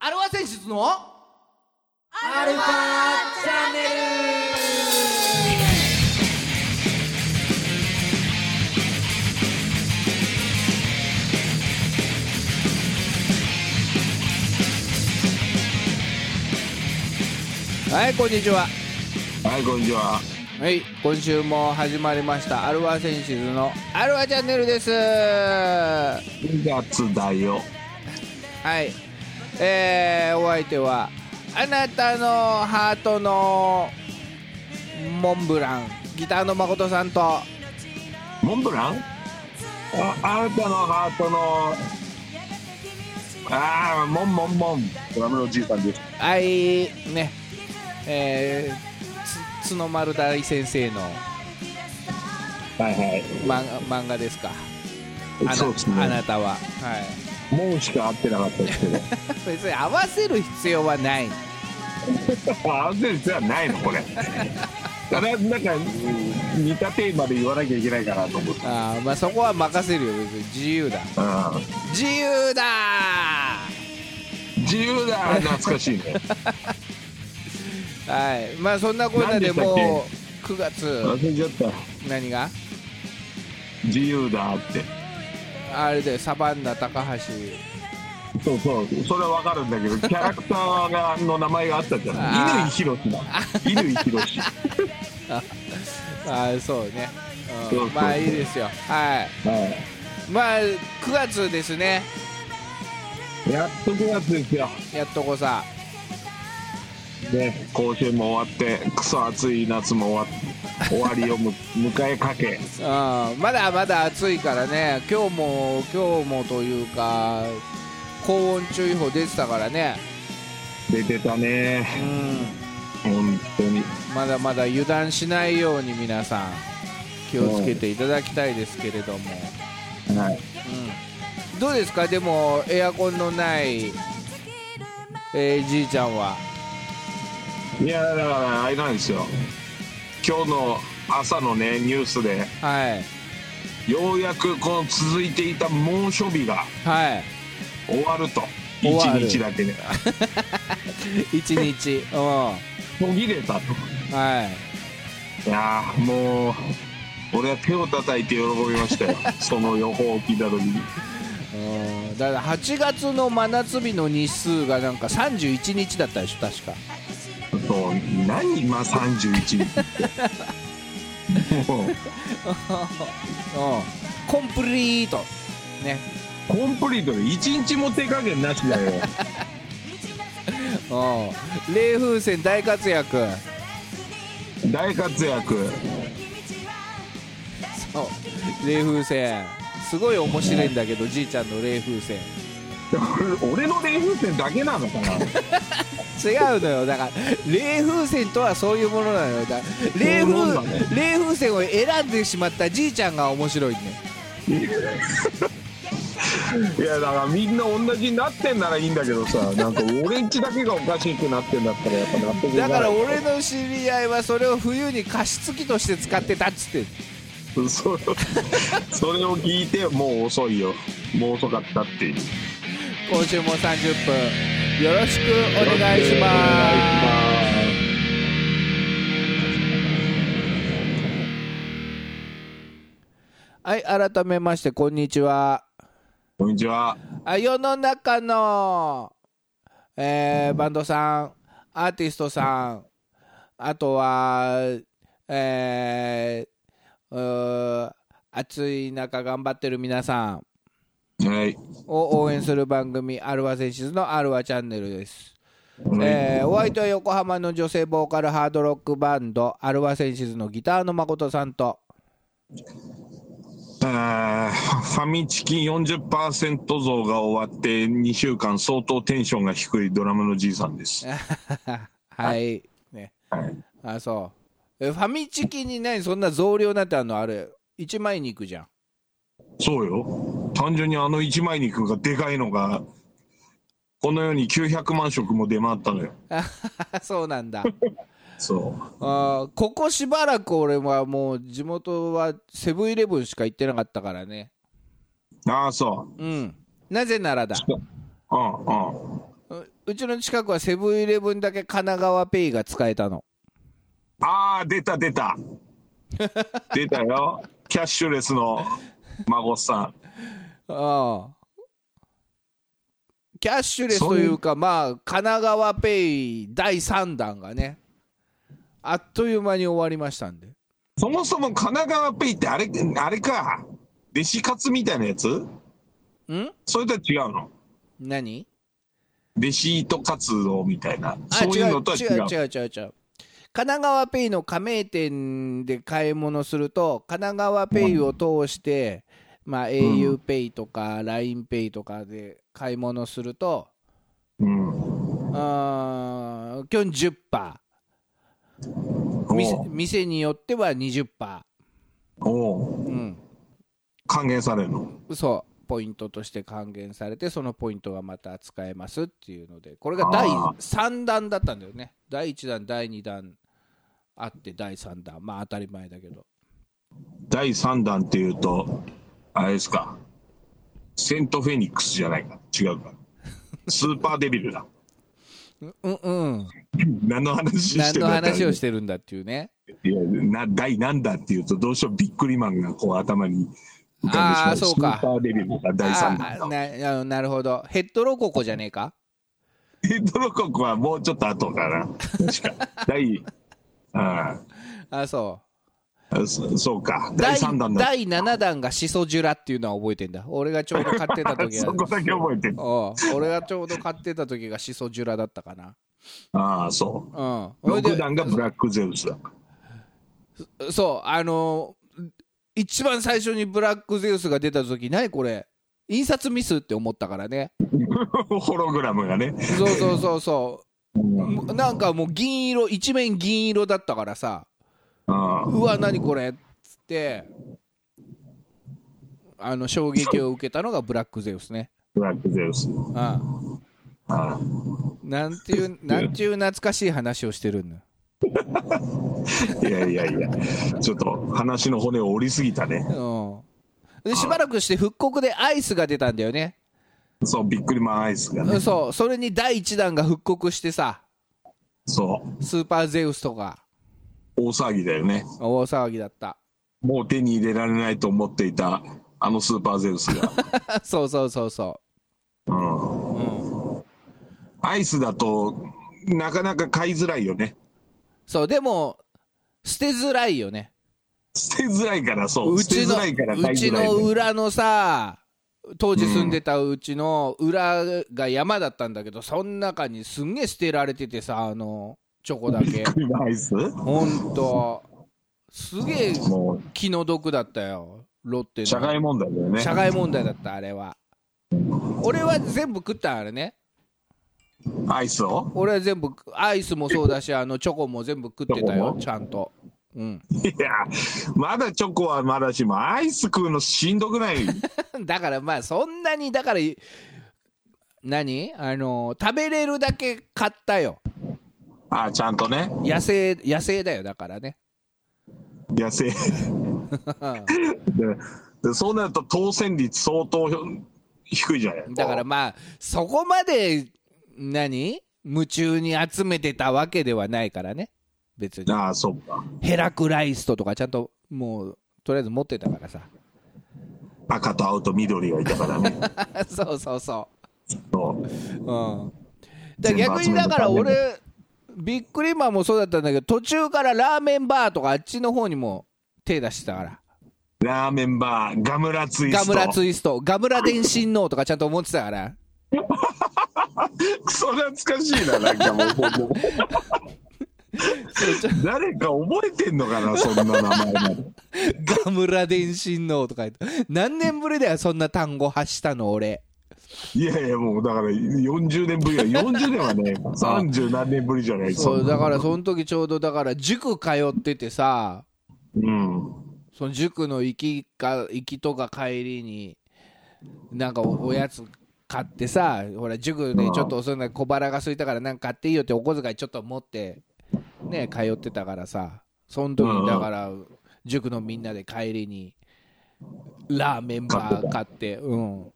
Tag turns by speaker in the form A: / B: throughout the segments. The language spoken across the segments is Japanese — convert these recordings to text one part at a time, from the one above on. A: アルファ選出のアルファチャンネ
B: はいこんにちは
C: はい、こんにちは。
B: はい今週も始まりましたアルファセンシズのアルファチャンネルです
C: 2月だよ。
B: はいえー、お相手はあなたのハートのモンブランギターの誠さんとは
C: モンブランああなたのハートの、ああ、モンモンモン、ドラムのおじいさんです。
B: いねえー、つ角丸大先生の
C: はいはい。
B: 漫画漫画ですかあな
C: そうです
B: あ
C: ね
B: な。たは、はい、
C: モンしか合ってなかった ですけど。
B: 別に合わせる必要はない
C: 合ってる必要はないの、これ。ただ、なんか、うん似たテーマで言わなきゃいけないかなと思って。
B: あーまあそこは任せるよ別に自由だ
C: う
B: 自由だ
C: ん。自由だ、懐かしい ね。
B: はいまあそんなこんなで
C: 何で
B: もう9月
C: 忘れちゃった。
B: 何が
C: 自由だって。
B: あれでサバンナ高橋
C: そうそう、それはわかるん だけど、キャラクターがの名前があったじゃ
B: あー
C: ない。乾ひろし だ。乾ひろし。
B: ああそうね、
C: そう
B: う
C: そ
B: ん、
C: う
B: まあいいですよはい
C: は
B: まあ9月ですね
C: い。やっと9月ですよ。
B: やっとこさ
C: ね、甲子園も終わって、クソ暑い夏も終わっ終わりをむ 迎えかけ。
B: うんまだまだ暑いからね今日も今日もというか高温注意報出てたからね
C: 出てた
B: う
C: ね。
B: ん
C: 本当に。
B: まだまだ油断しないように皆さん気をつけていただきたいですけれども、
C: はい。
B: うんどうですかでもエアコンのない、えーじいちゃんはい
C: や、だから、あれなんですよ。今日の朝のね、ニュースで、
B: はい
C: ようやくこの続いていた猛暑日が
B: はい
C: 終わると。
B: 終わ
C: 1
B: る
C: 日だけで。
B: 一日うんは
C: 途切れたと。いやーもう俺は手を叩いて喜びま したよその予報を聞いた時に
B: い、うん、だから8月の真夏日の日数がなんか31日だったでしょ確か
C: そう何今31日 ってもう
B: うんコンプリートね
C: コンプリートで1日も手加減なしだよ
B: うん冷風船大活躍
C: 大活躍
B: そう冷風船すごい面白いんだけどじいちゃんの冷風船
C: 俺の冷風船だけなのかな
B: 違うのよだから冷風船とはそういうものなのよだ冷
C: そうなんだ
B: 風
C: ね
B: 冷風船を選んでしまったじいちゃんが面白いね
C: いやだからみんな同じになってんならいいんだけどさなんか俺んちだけがおかしくなってんだったらやっぱ納得い
B: だ
C: かない
B: から俺の知り合いはそれを冬に加湿器として使ってたっつって
C: そそれを聞いてもう遅いよもう遅かったっていう
B: 今週も30分よろしくお願いしますはい改めましてこんにちは
C: こんにちは。
B: あ世の中の、えーバンドさんアーティストさんあとは、えーうー暑い中頑張ってる皆さん
C: はい。
B: を応援する番組「アルワセンシズ」の「アルワチャンネル」です。えーお相手は横浜の女性ボーカルハードロックバンドアルワセンシズのギターの誠さん と
C: あーファミチキ40%増が終わって2週間相当テンションが低いドラムのじいさんです。
B: はいね
C: はい
B: あそうえファミチキに何そんな増量なんてあんのあれ1枚肉じゃん
C: そうよ。単純にあの一枚肉がでかいのが、このように900万食も出回ったのよ。
B: あそうなんだ
C: そ
B: あーここしばらく俺はもう地元はセブンイレブンしか行ってなかったからね
C: う。ああ、そう。
B: うんなぜならだ
C: うんうん。
B: ううちの近くはセブンイレブンだけ神奈川ペイが使えたの。
C: ああ、出た 出た。出たよ。キャッシュレスの孫さん。
B: ああキャッシュレスというか、まあ、神奈川ペイ第3弾がね、あっという間に終わりましたんで。
C: そもそも神奈川ペイってあれ、あれか。弟子活みたいなやつ
B: ん
C: それとは違うの
B: 何
C: レシート活動みたいな。
B: あ、
C: そう
B: 違
C: いう
B: う
C: のとは違
B: 違
C: う。
B: う違う違う違う。神奈川ペイの加盟店で買い物すると、神奈川ペイを通して、まあ、au ペイとか LINE ペイとかで買い物すると、
C: うん。
B: あー基本10%店
C: おう
B: 店によっては20%、
C: おう
B: うん、
C: 還元されるの。
B: そうポイントとして還元されてそのポイントがまた使えますっていうのでこれが第
C: あ
B: 3弾だったんだよね第1弾第2弾あって第3弾まあ当たり前だけど
C: 第3弾っていうと、あれですか。セントフェニックスじゃないか。違う か。スーパーデビルだ。
B: うんうん
C: 何の話して
B: 何
C: る
B: の
C: んだ
B: 話をしてるんだっていうね
C: いやな第何弾っていうと、どうしようビックリマンがこう頭に浮かんでし
B: あ
C: ま
B: ー
C: う。
B: そうか
C: スーパーデビルが第3弾
B: あ
C: だ。
B: ななるほどヘッドロココじゃねえか
C: ヘッドロコクはもうちょっと後かな。確か。第、あ
B: あそう
C: ー そそうか。第
B: 第
C: 3弾だ。
B: 第7弾がシソジュラっていうのは覚えてんだ俺がちょうど買ってた時
C: そこだけ覚えてる。
B: おう俺がちょうど買ってた時がシソジュラだったかな
C: ああ、そう。
B: うんほいで
C: 6段がブラックゼウスだ。
B: そうあのー一番最初にブラックゼウスが出た時何これ印刷ミスって思ったからね
C: ホログラムがね。
B: そうそうそうそうもうなんかもう銀色一面銀色だったからさ
C: あ
B: うわ何これっつってあの衝撃を受けたのがブラックゼウスね
C: ブラックゼウス。
B: うん
C: あ
B: なんていう、なんていう懐かしい話をしてるんだ。
C: あいやいやいや、ちょっと話の骨を折りすぎたね。
B: うん。で、しばらくして復刻でアイスが出たんだよね。
C: そう、ビックリマンアイスがね。
B: そう、それに第1弾が復刻してさ、
C: そう、
B: スーパーゼウスとか、
C: 大騒ぎだよね。
B: 大騒ぎだった。
C: もう手に入れられないと思っていた、あのスーパーゼウスが。
B: そうそうそうそ
C: うん
B: う。うん。
C: アイスだと、なかなか買いづらいよね。
B: そう、でも、捨てづらいよね。
C: 捨てづらいから、そう。
B: う
C: 捨て
B: ちの、
C: づらいから買いう
B: ち
C: づらい
B: の
C: ね。
B: 裏のさ、当時住んでたうちの裏が山だったんだけど、そん中にすんげえ捨てられててさ、あの、チョコだ
C: ビ
B: け
C: ッ。クリマンアイス
B: ほんと。すげえ
C: もう、
B: 気の毒だったよ、ロッテの。
C: 社会問題だよね。
B: 社会問題だった、あれは。俺は全部食った、あれね。
C: アイスを
B: 俺は全部、アイスもそうだし、あのチョコも全部食ってた
C: チョコ
B: よ、
C: も
B: ちゃんと。うん。
C: いや、まだチョコはまだしも、アイス食うのしんどくない。
B: だからまあ、そんなに、だから、何あの、食べれるだけ買ったよ。
C: ああ、ちゃんとね、
B: 野生、野生だよ、だからね。
C: 野生。ででそうなると当選率相当低いじゃない
B: だからまあ、そこまで、何夢中に集めてたわけではないからね。別に。
C: ああ、そうか。
B: ヘラクライストとかちゃんともうとりあえず持ってたからさ
C: 赤と青と緑がいたからね。
B: そうそうそ
C: そう
B: ううんだから
C: 全部
B: 逆
C: 集
B: に
C: める
B: だから
C: ために
B: 俺ビックリマンもそうだったんだけど途中からラーメンバーとかあっちの方にも手出してたから
C: ラーメンバー、ガムラツイ
B: ガ
C: スト。
B: ムラツイストガムラ電信能とかちゃんと思ってた から
C: クソ懐かしいな、なんかもう。も う誰か覚えてんのかな、そんな名前まで。
B: ガムラ電信能とか言って何年ぶりだよそんな単語発したの俺
C: いやいや、もうだから40年ぶりは、40年はね、30何年ぶりじゃないですか。
B: そうだからその時ちょうどだから塾通っててさ
C: うん。
B: その塾の行きか行きとか帰りになんかおおやつ買ってさほら塾で
C: うん
B: ちょっと遅いのに小腹が空いたからなんか買っていいよってお小遣いちょっと持ってね通ってたからさその時
C: うんうん
B: にだから塾のみんなで帰りにラーメンバー買ってうんあ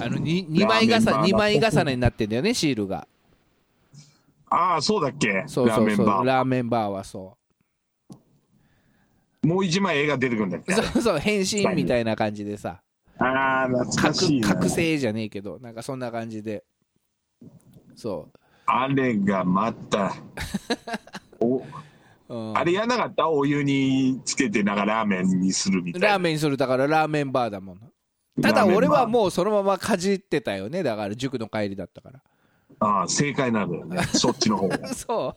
B: の 2, 2枚重
C: ラーメンバーだ
B: ね2枚重ねになってんだよねシールが
C: ああ、そうだっけ
B: そう
C: ラー
B: そう
C: メン
B: そう
C: バー。
B: ラーメンバーはそ
C: もう一枚絵が出てくるんだっ
B: う
C: け
B: そうそう変身みたいな感じでさ
C: ああ、懐かし
B: 覚
C: いな。
B: 覚醒じゃねえけどなんかそんな感じでそ
C: あれがまた。お
B: う、うん、
C: あれやんなかったお湯につけてなんかラーメンにするみたいな。
B: ラーメンにするだからラーメンバーだもんた
C: ラ
B: だ
C: ーメン
B: 俺は
C: う。
B: もうそのままかじってたよねだから塾の帰りだったから
C: ああ、正解なんだ よね。そっちの方が。
B: そう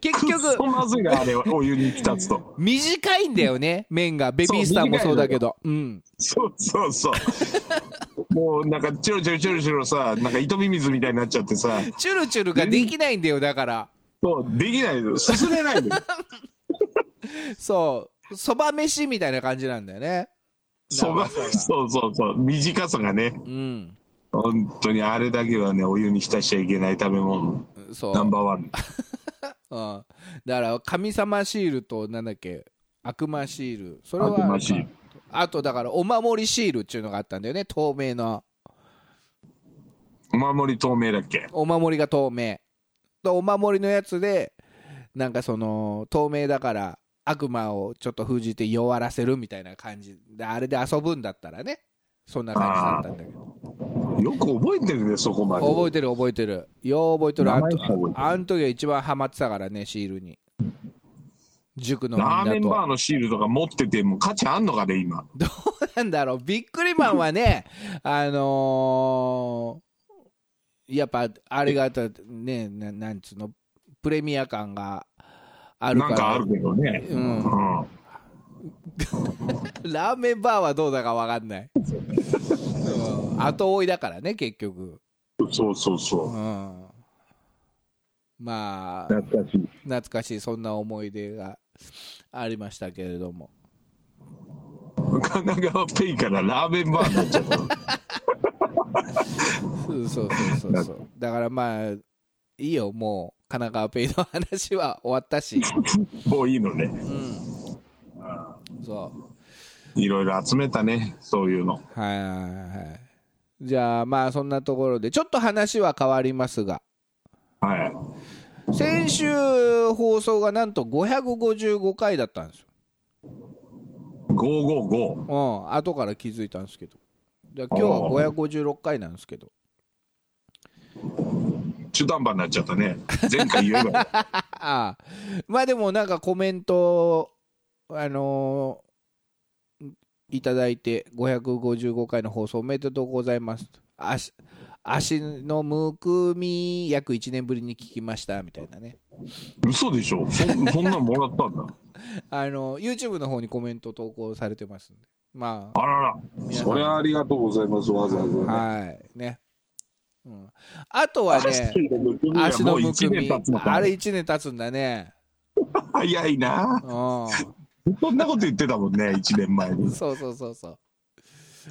B: 結
C: くっ
B: 局
C: そまずいな、あれは。お湯に浸つと。
B: 短いんだよね麺がベビースターもそうだけどうん
C: そうそうそう。もうなんかチョロチョロチョロチョロさ、なんか糸ミミズみたいになっちゃってさ、
B: チュルチュルができないんだよだから
C: そう、できないの。進めないの。
B: そうそば飯みたいな感じなんだよね
C: そば、そうそうそう。短さがね、
B: うん
C: 本当にあれだけはね、お湯に浸しちゃいけない食べ物。
B: そう、
C: ナ
B: う
C: ン
B: ん、
C: バーワン。
B: だから神様シールとなんだっけ悪魔シールそれは
C: 悪魔シール
B: あとだからお守りシールっていうのがあったんだよね透明の
C: お守り透明だっけ
B: お守りが透明とお守りのやつでなんかその透明だから悪魔をちょっと封じて弱らせるみたいな感じであれで遊ぶんだったらねそんな感じだったんだけど
C: よく覚えてるね、そこまで。
B: 覚えてる覚えてるよう覚えてるあんと
C: 名前覚えてる
B: あん時が一番ハマってたからねシールに塾のみんな
C: ラーメンバー
B: と
C: のシールとか持ってても価値あんのかね、今。
B: なんだろうびっくりマンはねあのーやっぱあれがあったねななんつうのプレミア感がある
C: な
B: から
C: んかあるけどね。
B: う
C: うんん。
B: ラーメンバーはどうだかわかんない、うん後追いだからね結局、
C: そうそうそうう。
B: ん、まあ
C: 懐かしい。
B: 懐かしいそんな思い出がありましたけれども
C: 神奈川ペイからラーメンバーになっちゃった。
B: そうそうそうそうそうだからまあいいよもう神奈川ペイの話は終わったし、
C: もういいの ね。
B: うん、そう
C: いろいろ集めたね、そういうの。
B: はいはいはいじゃあまあそんなところでちょっと話は変わりますが
C: はい。
B: 先週放送がなんと555回だったんですよ、
C: 555。
B: うん、後から気づいたんですけどで今日は556回なんですけど
C: 中途半端になっちゃったね。前回言え ば。
B: ああまあでもなんかコメントあのーいただいて555回の放送おめでとうございます足足のむくみ約1年ぶりに聞きましたみたいなね
C: 嘘でしょそんそんなんもらったんだ。
B: あの YouTube の方にコメント投稿されてますんでまあ
C: あらら。
B: 皆さん
C: それはありがとうございます、わざわざ。
B: はいね、うん、あとはね
C: 足のむくみは
B: 足
C: も
B: の
C: う
B: むく
C: 1
B: み
C: 年経つのか
B: あれ1年経つんだね
C: 早いな
B: うん
C: そんなこと言ってたもんね1年前に
B: そうそうそうそう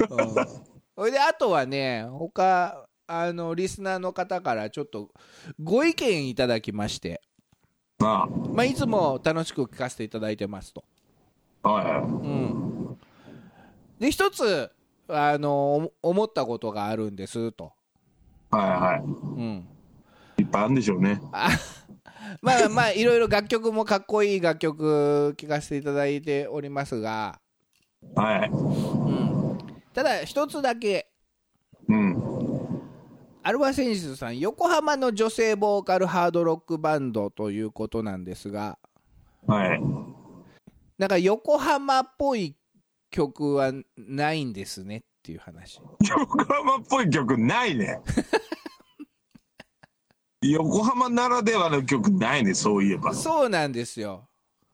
B: うん それであとはね他あのリスナーの方からちょっとご意見いただきまして、
C: あ
B: まあ、いつも楽しく聞かせていただいてますと、
C: あは
B: うん、で一つあのお思ったことがあるんですと、
C: いはいは
B: うん、
C: いいっぱいあるんでしょうね
B: あ まあまあいろいろ楽曲もかっこいい楽曲聴かせていただいておりますが、
C: はい
B: うん、ただ一つだけ
C: うん
B: アルファセンシスさん横浜の女性ボーカルハードロックバンドということなんですが
C: はい
B: なんか横浜っぽい曲はないんですねっていう話
C: 横浜っぽい曲ない ね横浜ならではの曲ないねそういえば
B: そうなんですよ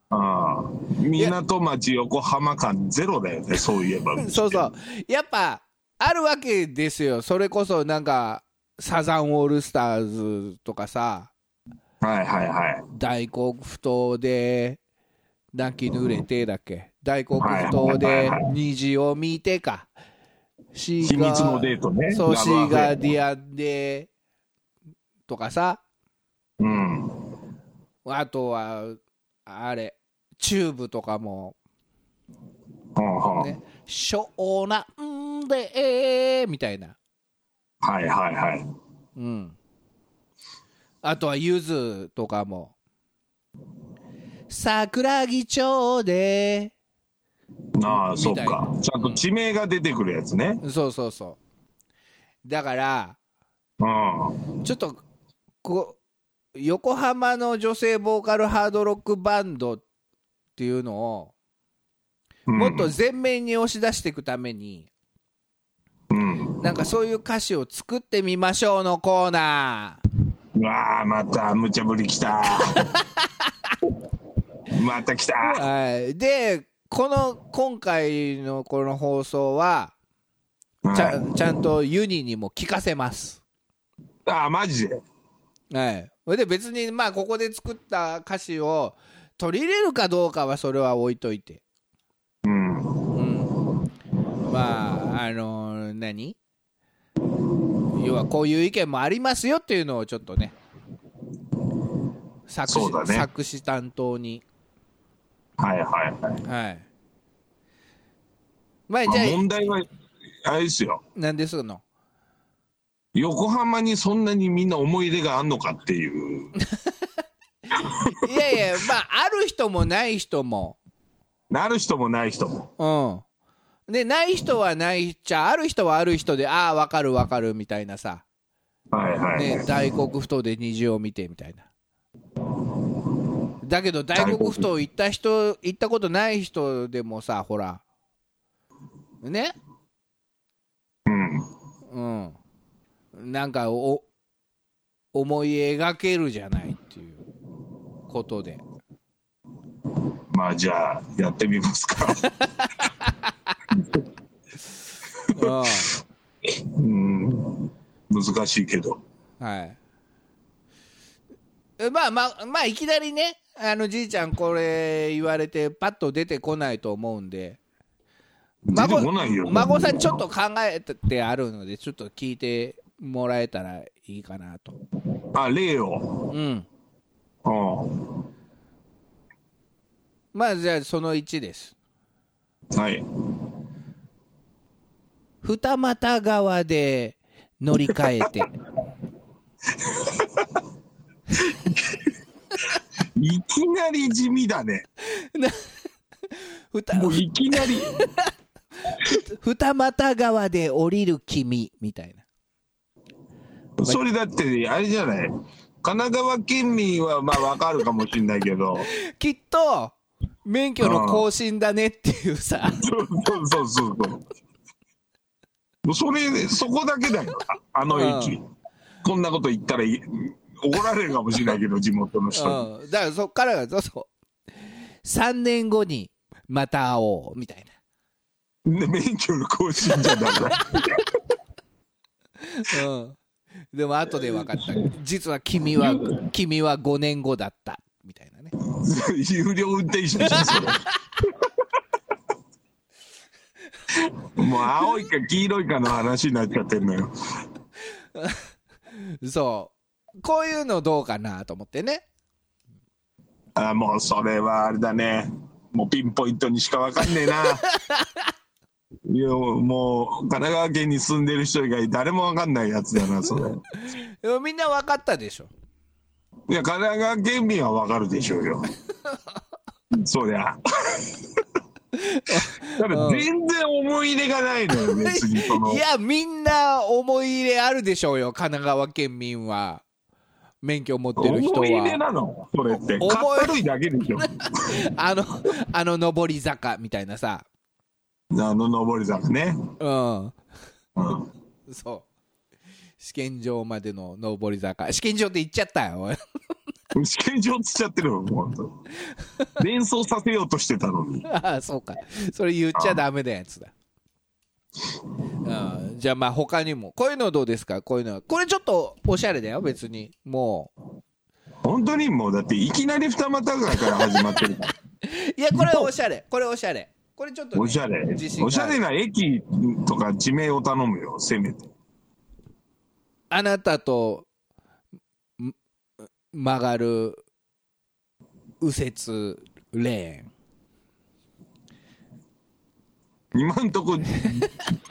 C: ああ港町横浜感ゼロだよねそういえば
B: そうそうやっぱあるわけですよそれこそなんかサザンオールスターズとかさ
C: はいはいはい
B: 大黒不当で泣き濡れてだっけ大黒不当
C: はい
B: で
C: はいはい
B: 虹を見てか秘
C: 秘密のデートね
B: そう
C: ラ
B: シ
C: ブア
B: ー
C: フェア
B: ガーディアンでとかさ
C: うん
B: あとはあれチューブとかも
C: はあはあ
B: ね「湘南で」みたいな
C: はいはいはい。
B: うん。あとはゆずとかも。桜木町で。
C: ああ、そっ
B: みたいな
C: か。ちゃんと地名が出てくるやつね。
B: そうそうそう。だから、
C: うん。
B: ちょっと、こう、横浜の女性ボーカルハードロックバンドっていうのを、
C: うん
B: もっと、前面に押し出していくために、
C: うん。
B: なんかそういう歌詞を作ってみましょうのコーナー。
C: うわあ、また無茶ぶりき た。また来た。
B: はい、でこの今回のこの放送は
C: うん
B: ちゃ,、ん、ちゃんとユニにも聞かせます。
C: ああ、マジで。
B: はい、それで別にまあここで作った歌詞を取り入れるかどうかはそれは置いといて、
C: うん。
B: うん、まああの何要はこういう意見もありますよっていうのをちょっとね作詞
C: そうだね
B: 作詞担当に
C: はいはいはい。
B: はいまあじゃ
C: まあ
B: あ
C: 問題は、あれですよ。
B: 何ですの
C: 横浜にそんなにみんな思い入れがあんのかっていう。
B: いやいや、まあ、ある人もない人も。
C: なる人もない人も。
B: うん。で、ない人はないっちゃ、ある人はある人で、ああ、わかるわかるみたいなさ。
C: はいはい、はい
B: ね、大黒ふ頭で虹を見てみたいな。だけど、大黒ふ頭行った人、行ったことない人でもさ、ほら。ね
C: うん。
B: うん。なんか、お、思い描けるじゃないっていうことで。
C: まあじゃあ、やってみます か。
B: うん。
C: うん。難しいけど。
B: はい。えまあまあ、まあ、いきなりね、あのじいちゃん、これ言われて、パッと出てこないと思うんで、
C: 出て
B: 孫
C: こないよ。
B: 孫さん、ちょっと考えてあるので、ちょっと聞いてもらえたらいいかなと。
C: あ、例を。
B: うん。
C: うん。
B: まあ、じゃあ、その1です。
C: はい。
B: 二股側で乗り換え て。
C: いきなり地味だね。
B: ふた
C: もうい きなり。
B: 二股側で降りる君みたいな。
C: それだって、あれじゃない。神奈川県民はまあわかるかもしれないけど。
B: きっと、免許の更新だねっていうさ。
C: そうそうそうそう。もうそれ、そこだけだよ。ああの駅。こんなこと言ったらい怒られるかもしれないけど、地元の人に。
B: うん、だからそっからがそうそう3年後にまた会おうみたい
C: で免許の更新じゃダメだ。
B: な、うん、でも後で分かっ た実は君は君は5年後だったみたいなね
C: 有料運転手でしょそれもう青いか黄色いかの話になっちゃってるのよ
B: そうこういうのどうかなと思ってね
C: あもうそれはあれだねもうピンポイントにしか分かんねえないやもう神奈川県に住んでる人以外誰も分かんないやつだなそれい
B: でもみんな分かったでしょ
C: や神奈川県民は分かるでしょう よそりゃだから全然思い入れがないのよ別にその
B: いやみんな思い入れあるでしょうよ神奈川県民は免許持ってる人
C: 思い入れ
B: は
C: なのそれって
B: 思い
C: かったるいだけ でしょ
B: あのあの上り坂みたいなさ
C: あの上り坂ね、
B: うん
C: うん、
B: そう。試験場までの上り坂。試験場って言っちゃったよ。おい
C: 試験場つっちゃってるの本当連想させようとしてたのに
B: ああ、そうか。それ言っちゃダメなやつだ。ああじゃあまあ他にも。こういうのどうですかこういうのは。これちょっとおしゃれだよ、別に。も
C: 本当にもうだっていきなり二股川から始まってるから
B: う。いや、これはおしゃれ。これおしゃれ。これちょっとね、
C: おしゃれ
B: 自信があ
C: お
B: る
C: しゃれな駅とか地名を頼むよせめて
B: あなたとん曲がる右折レーン。
C: 今 んとこ、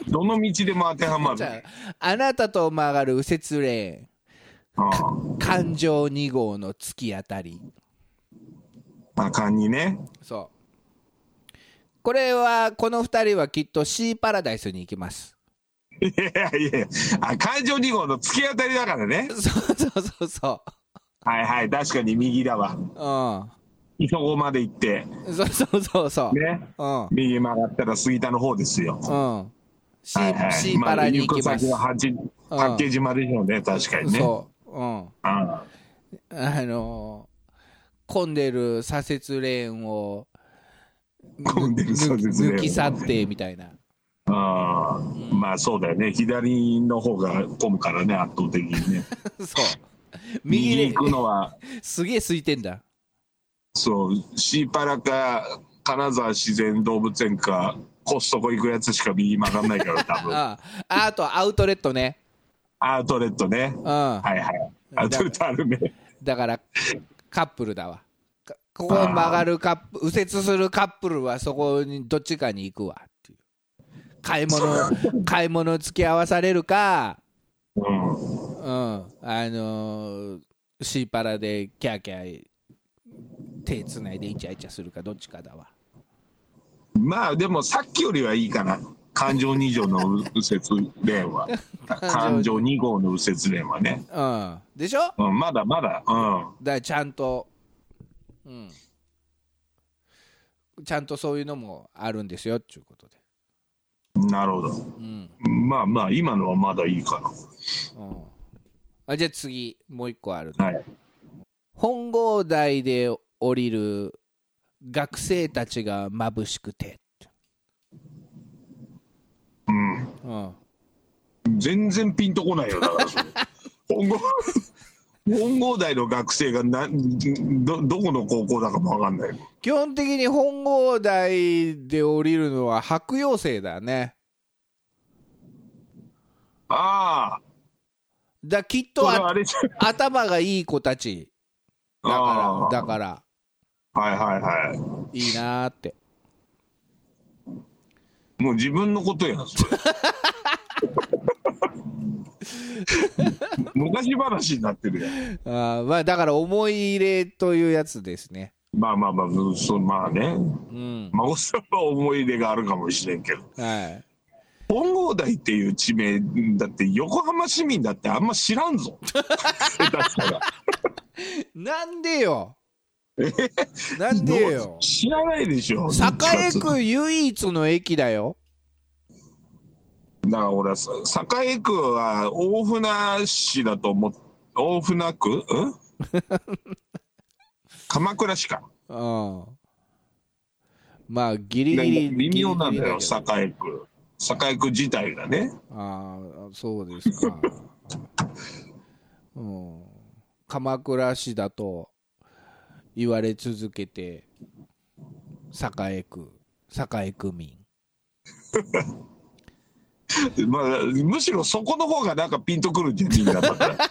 C: どの道でも当てはま
B: じゃ
C: る。
B: ああなたと曲がる右折レ
C: あ
B: ーン環状2号の突き当たり
C: あ、あかんにね。
B: そうこれはこの2人はきっとシーパラダイスに行きます
C: いやいやいや、あ、環状2号の突き当たりだからね。
B: そうそうそうそ
C: はいはい、確かに右だわ。
B: う
C: 磯子まで行って、
B: うんそうそうそうそう、
C: ね。
B: うん
C: 右曲がったら杉田の方ですよ。
B: うんシ
C: はい
B: ー
C: はい
B: シーパラに行き
C: ま
B: ま
C: あ行
B: す
C: 先は八パッケージまででしょうね、確かにね。
B: そううん
C: あ
B: あのー混んでる左折レーン を
C: 混んでる左折レーンを
B: 抜き去ってみたいな
C: あああまあそうだよね。左の方が混むからね、圧倒的にね。
B: そう右レ
C: 右行
B: ー
C: く
B: ン
C: のは、
B: すげえ空いてんだ
C: そう、シーパラか、金沢自然動物園か、コストコ行くやつしか右曲がんないから、多分。
B: あああとアウトレットね
C: アウトレットね。
B: うん、
C: はいはい。アウトレットあるね。
B: だからカップルだわかここを曲がるカップ右折するカップルはそこにどっちかに行くわっていう買い物買い物付き合わされるか
C: うん。
B: うん、あのーシーパラでキャーキャー手つないでイチャイチャするかどっちかだわ
C: まあでもさっきよりはいいかな。環状2条の右折レ ーンは。環状2号の右折レーンはね。
B: うんでしょだか
C: うん、まだまだ。うん。
B: らちゃんとうんちゃんとそういうのもあるんですよっていうことで
C: なるほど。
B: うん、
C: まあまあ、今のはまだいいか
B: うん、あじゃあ次もう一個ある
C: な。はい。
B: 本郷台で降りる学生たちが眩しくて、
C: うん。
B: うん、
C: 全然ピンとこないよ、だ からそれ。本郷、本郷大の学生がなど、どこの高校だかもわかんない。
B: 基本的に本郷台で降りるのは白陽生だね
C: ああ、
B: だきっと
C: これは
B: あ
C: あれじゃん。
B: 頭がいい子たちだ
C: あ
B: か
C: あ
B: らだから
C: はいはいはい
B: いなーって
C: い。もう自分のことや ん、それ。昔話になってるやん。
B: あーまあだから思い入れというやつですね
C: まあまあまあ、そうまあね。
B: うん
C: 孫さんは思い出があるかもしれんけど。
B: はい
C: 本郷台っていう地名だって横浜市民だってあんま知ら んぞ下手したら
B: なんでよなんで
C: ど
B: よ
C: う知らないでしょ
B: 栄
C: 地下鉄
B: 区唯一の駅だよ
C: だから俺はさ栄区は大船市だと思っ大船区ん 鎌倉市か
B: うんまあギリギリ
C: 微妙なんだよ
B: ギリギリけど
C: 栄区栄区自体がね
B: ああそうですか うん鎌倉市だと言われ続けて栄区栄区民
C: まあむしろそこの方がなんかピンとくるんじゃんみんなだ から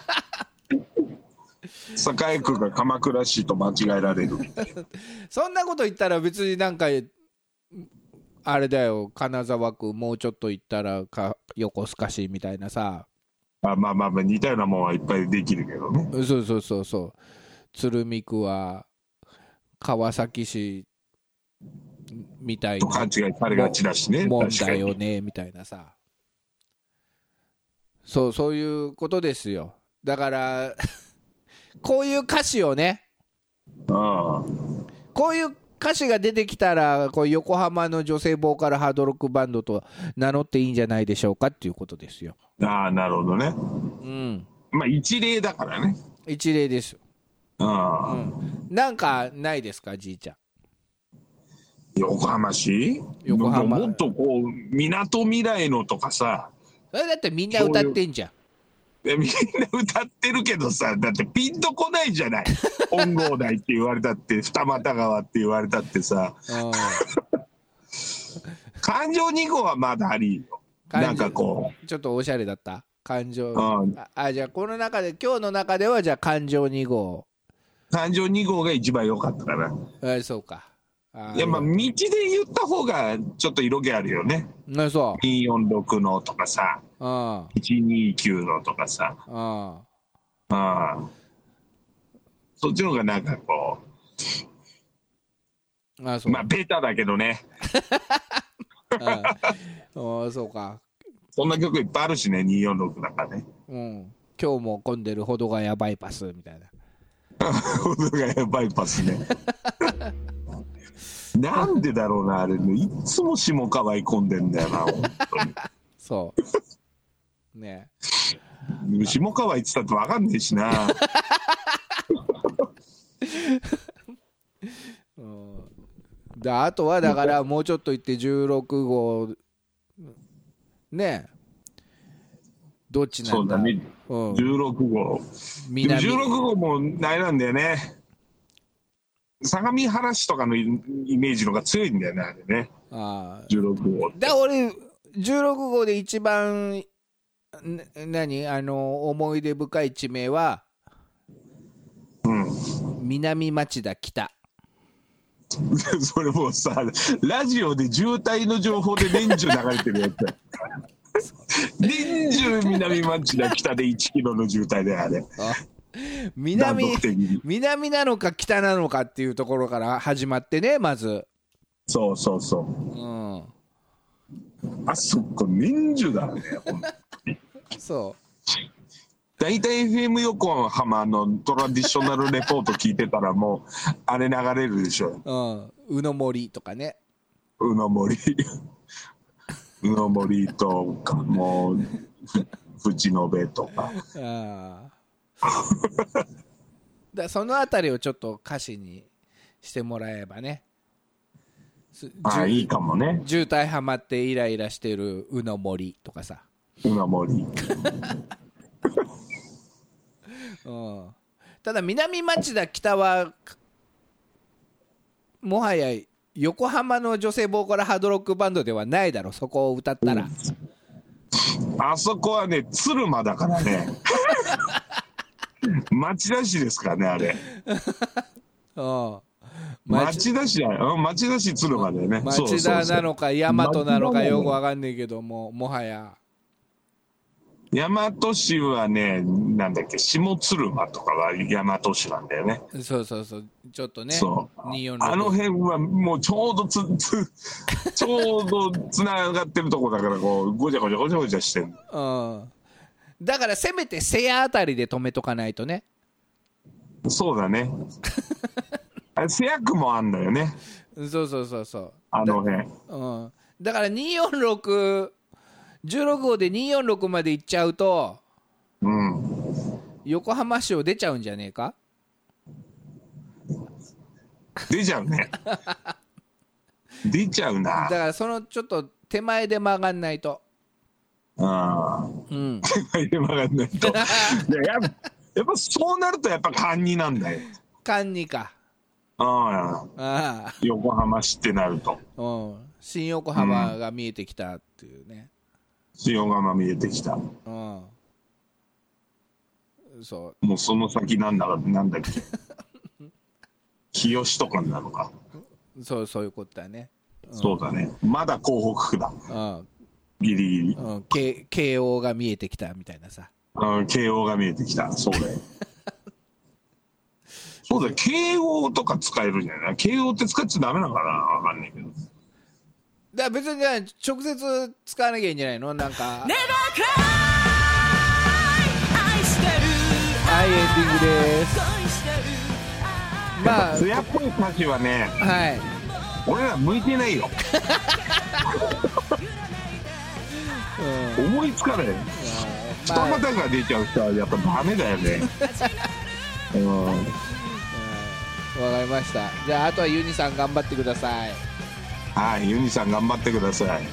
C: 栄区が鎌倉市と間違えられるみたいな
B: そんなこと言ったら別になんかあれだよ金沢区もうちょっと行ったらか横須賀市みたいなさ
C: あまあまあまあ似たようなもんはいっぱいできるけどね。
B: そうそうそうそう鶴見区は川崎市みたい
C: と
B: な
C: 勘違いされがちだしね。
B: もん
C: 確か
B: だよ
C: に。
B: ねみたいなさそうそういうことですよだから こういう歌詞をね
C: あ
B: こういう歌詞が出てきたらこう横浜の女性ボーカルハードロックバンドと名乗っていいんじゃないでしょうかっていうことですよ
C: あああなるほどね。
B: うん
C: まあ一例だからね。
B: 一例です
C: ああ
B: なんかないですかじいちゃん
C: 横浜市
B: 横浜
C: もっとこう港未来のとかさ
B: それだってみんな歌ってんじゃん
C: えみんな歌ってるけどさだってピンとこないじ ゃない本郷台って言われたって二俣川って言われたってさ
B: うん
C: 環状2号はまだありよ
B: 環状
C: なんかこ
B: ちょっとおしゃれだった感情
C: うん
B: ああじゃあこの中で今日の中ではじゃあ感情2号
C: う環状2号が一番良かったかな
B: えーそうかあ
C: いや、まあ、道で言った方が、ちょっと色気あるよね。
B: ねそ
C: 246のとかさ、
B: ううん
C: 129のとかさ。
B: うん
C: ああ。そっちの方がなんかこ、
B: あそうう、
C: まあ、ベタだけどね。
B: うんうんそうか
C: そんな曲いっぱいあるしね、246だからね。
B: うん今日も混んでるほどがやばいパスみたいな
C: 保土ヶ谷バイパスね。 なんでだろうな、あれね。いつも下川い込んでんだよな、本
B: そうね
C: 当に。下川行ってたってわかんねえしな。
B: うんだあとはだからもうちょっと行って16号ねどっちな
C: そ
B: ん
C: う
B: だ
C: だね。
B: うん、
C: 16号。でも
B: 南
C: 16号もあれなんだよね。相模原市とかのイメージの方が強いんだよね、あれね。
B: ああ
C: 16号。
B: だ俺16号で一番な何あの思い出深い地名は
C: うん。
B: 南町田北
C: それもうさ、ラジオで渋滞の情報で年中流れてるやつだ よ年中南町だ北で1キロの渋滞だよ、あれ。
B: あ
C: 断
B: 南
C: 続的に。
B: 南なのか北なのかっていうところから始まってねまず
C: そうそうそう。
B: うん
C: あそこ、年中だね。ほん
B: そ
C: 大体 FM 横浜のトラディショナルレポート聞いてたらもう、あれ流れるでしょ。
B: ううん宇野森とかね
C: うの森。 うの森とか、もう、 ふ淵野辺とか。
B: あ ーだそのあたりをちょっと歌詞にしてもらえばねす
C: ああ、
B: じゅ
C: いいかもね。
B: 渋滞はまってイライラしてる宇野森とかさ、
C: うの森。
B: うん、ただ南町田北はもはや横浜の女性ボーカルハードロックバンドではないだろそこを歌ったら、
C: あそこはね、鶴間だからね。 町田市ですからね、あれ。
B: うん、町
C: 町田市だよ。うん町田市鶴間だよね。そうそう
B: 町
C: そう
B: 田なのか大和なの
C: 町田なの
B: か
C: か
B: よくわかんないけどももはや
C: 大和市はね、なんだっけ、下鶴間とかは大和市なんだよね。
B: そうそうそうちょっとね
C: そう。
B: 246
C: あの辺はもうちょうどつ、つ、 ちょうどつながってるとこだから、こう、ごちゃごちゃごちゃごちゃしてる。
B: うんだからせめて瀬谷あたりで止めとかないとね
C: そうだね。あれ、瀬谷区もあんのよね。
B: そうそうそうそ
C: あの辺。
B: う、うん、だから24616号で246まで行っちゃうと
C: うん。
B: 横浜市を出ちゃうんじゃねえか
C: 出ちゃうね出ちゃう
B: だ
C: な
B: からそのちょっと手前で曲がんないと
C: うん
B: うん
C: 手前で曲がんないといややっぱやっぱそうなるとやっぱ勘になんだよ
B: 管理か
C: うん
B: あ
C: 横浜市ってなると
B: あうん新横浜が見えてきたっていうね
C: 新横浜見えてきた
B: うん、そう
C: もうその先なんだかなんだっけ日吉とかになるのか、
B: そうそういうことだね
C: そうだねまだ港北区だ
B: うん
C: ギリギリ、
B: うん、け慶応が見えてきたみたいなさ
C: うん、慶応が見えてきたそうだよそうだよ慶応とか使えるんじゃない慶応って使っちゃダメなのかなわかんないけど
B: だから別にじゃあ直接使わなきゃいいんじゃないのなんか、
A: Never cry 愛してる
B: はいエンディングです
A: 恋してる
B: まあ
C: 艶っぽい歌詞はね
B: はい
C: 俺ら向いてないよ思いつかない人
B: まあ
C: 肌が出ちゃう人はやっぱダメだ よねうん
B: わかりましたじゃああとはユニさん頑張ってください
C: はいユニさん頑張ってください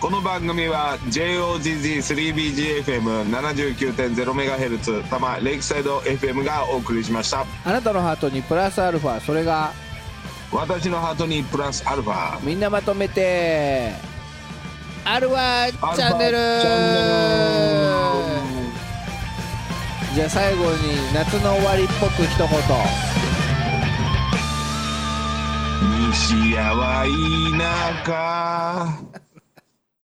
C: この番組は JOGG3BGFM79.0MHz 多摩レイクサイド FM がお送りしました
B: あなたのハートにプラスアルファそれが
C: 私のハートにプラスアルファ
B: みんなまとめてアルファチャンネル
C: アルファチャンネル
B: じゃあ最後に夏の終わりっぽく一言
C: 「西谷は田舎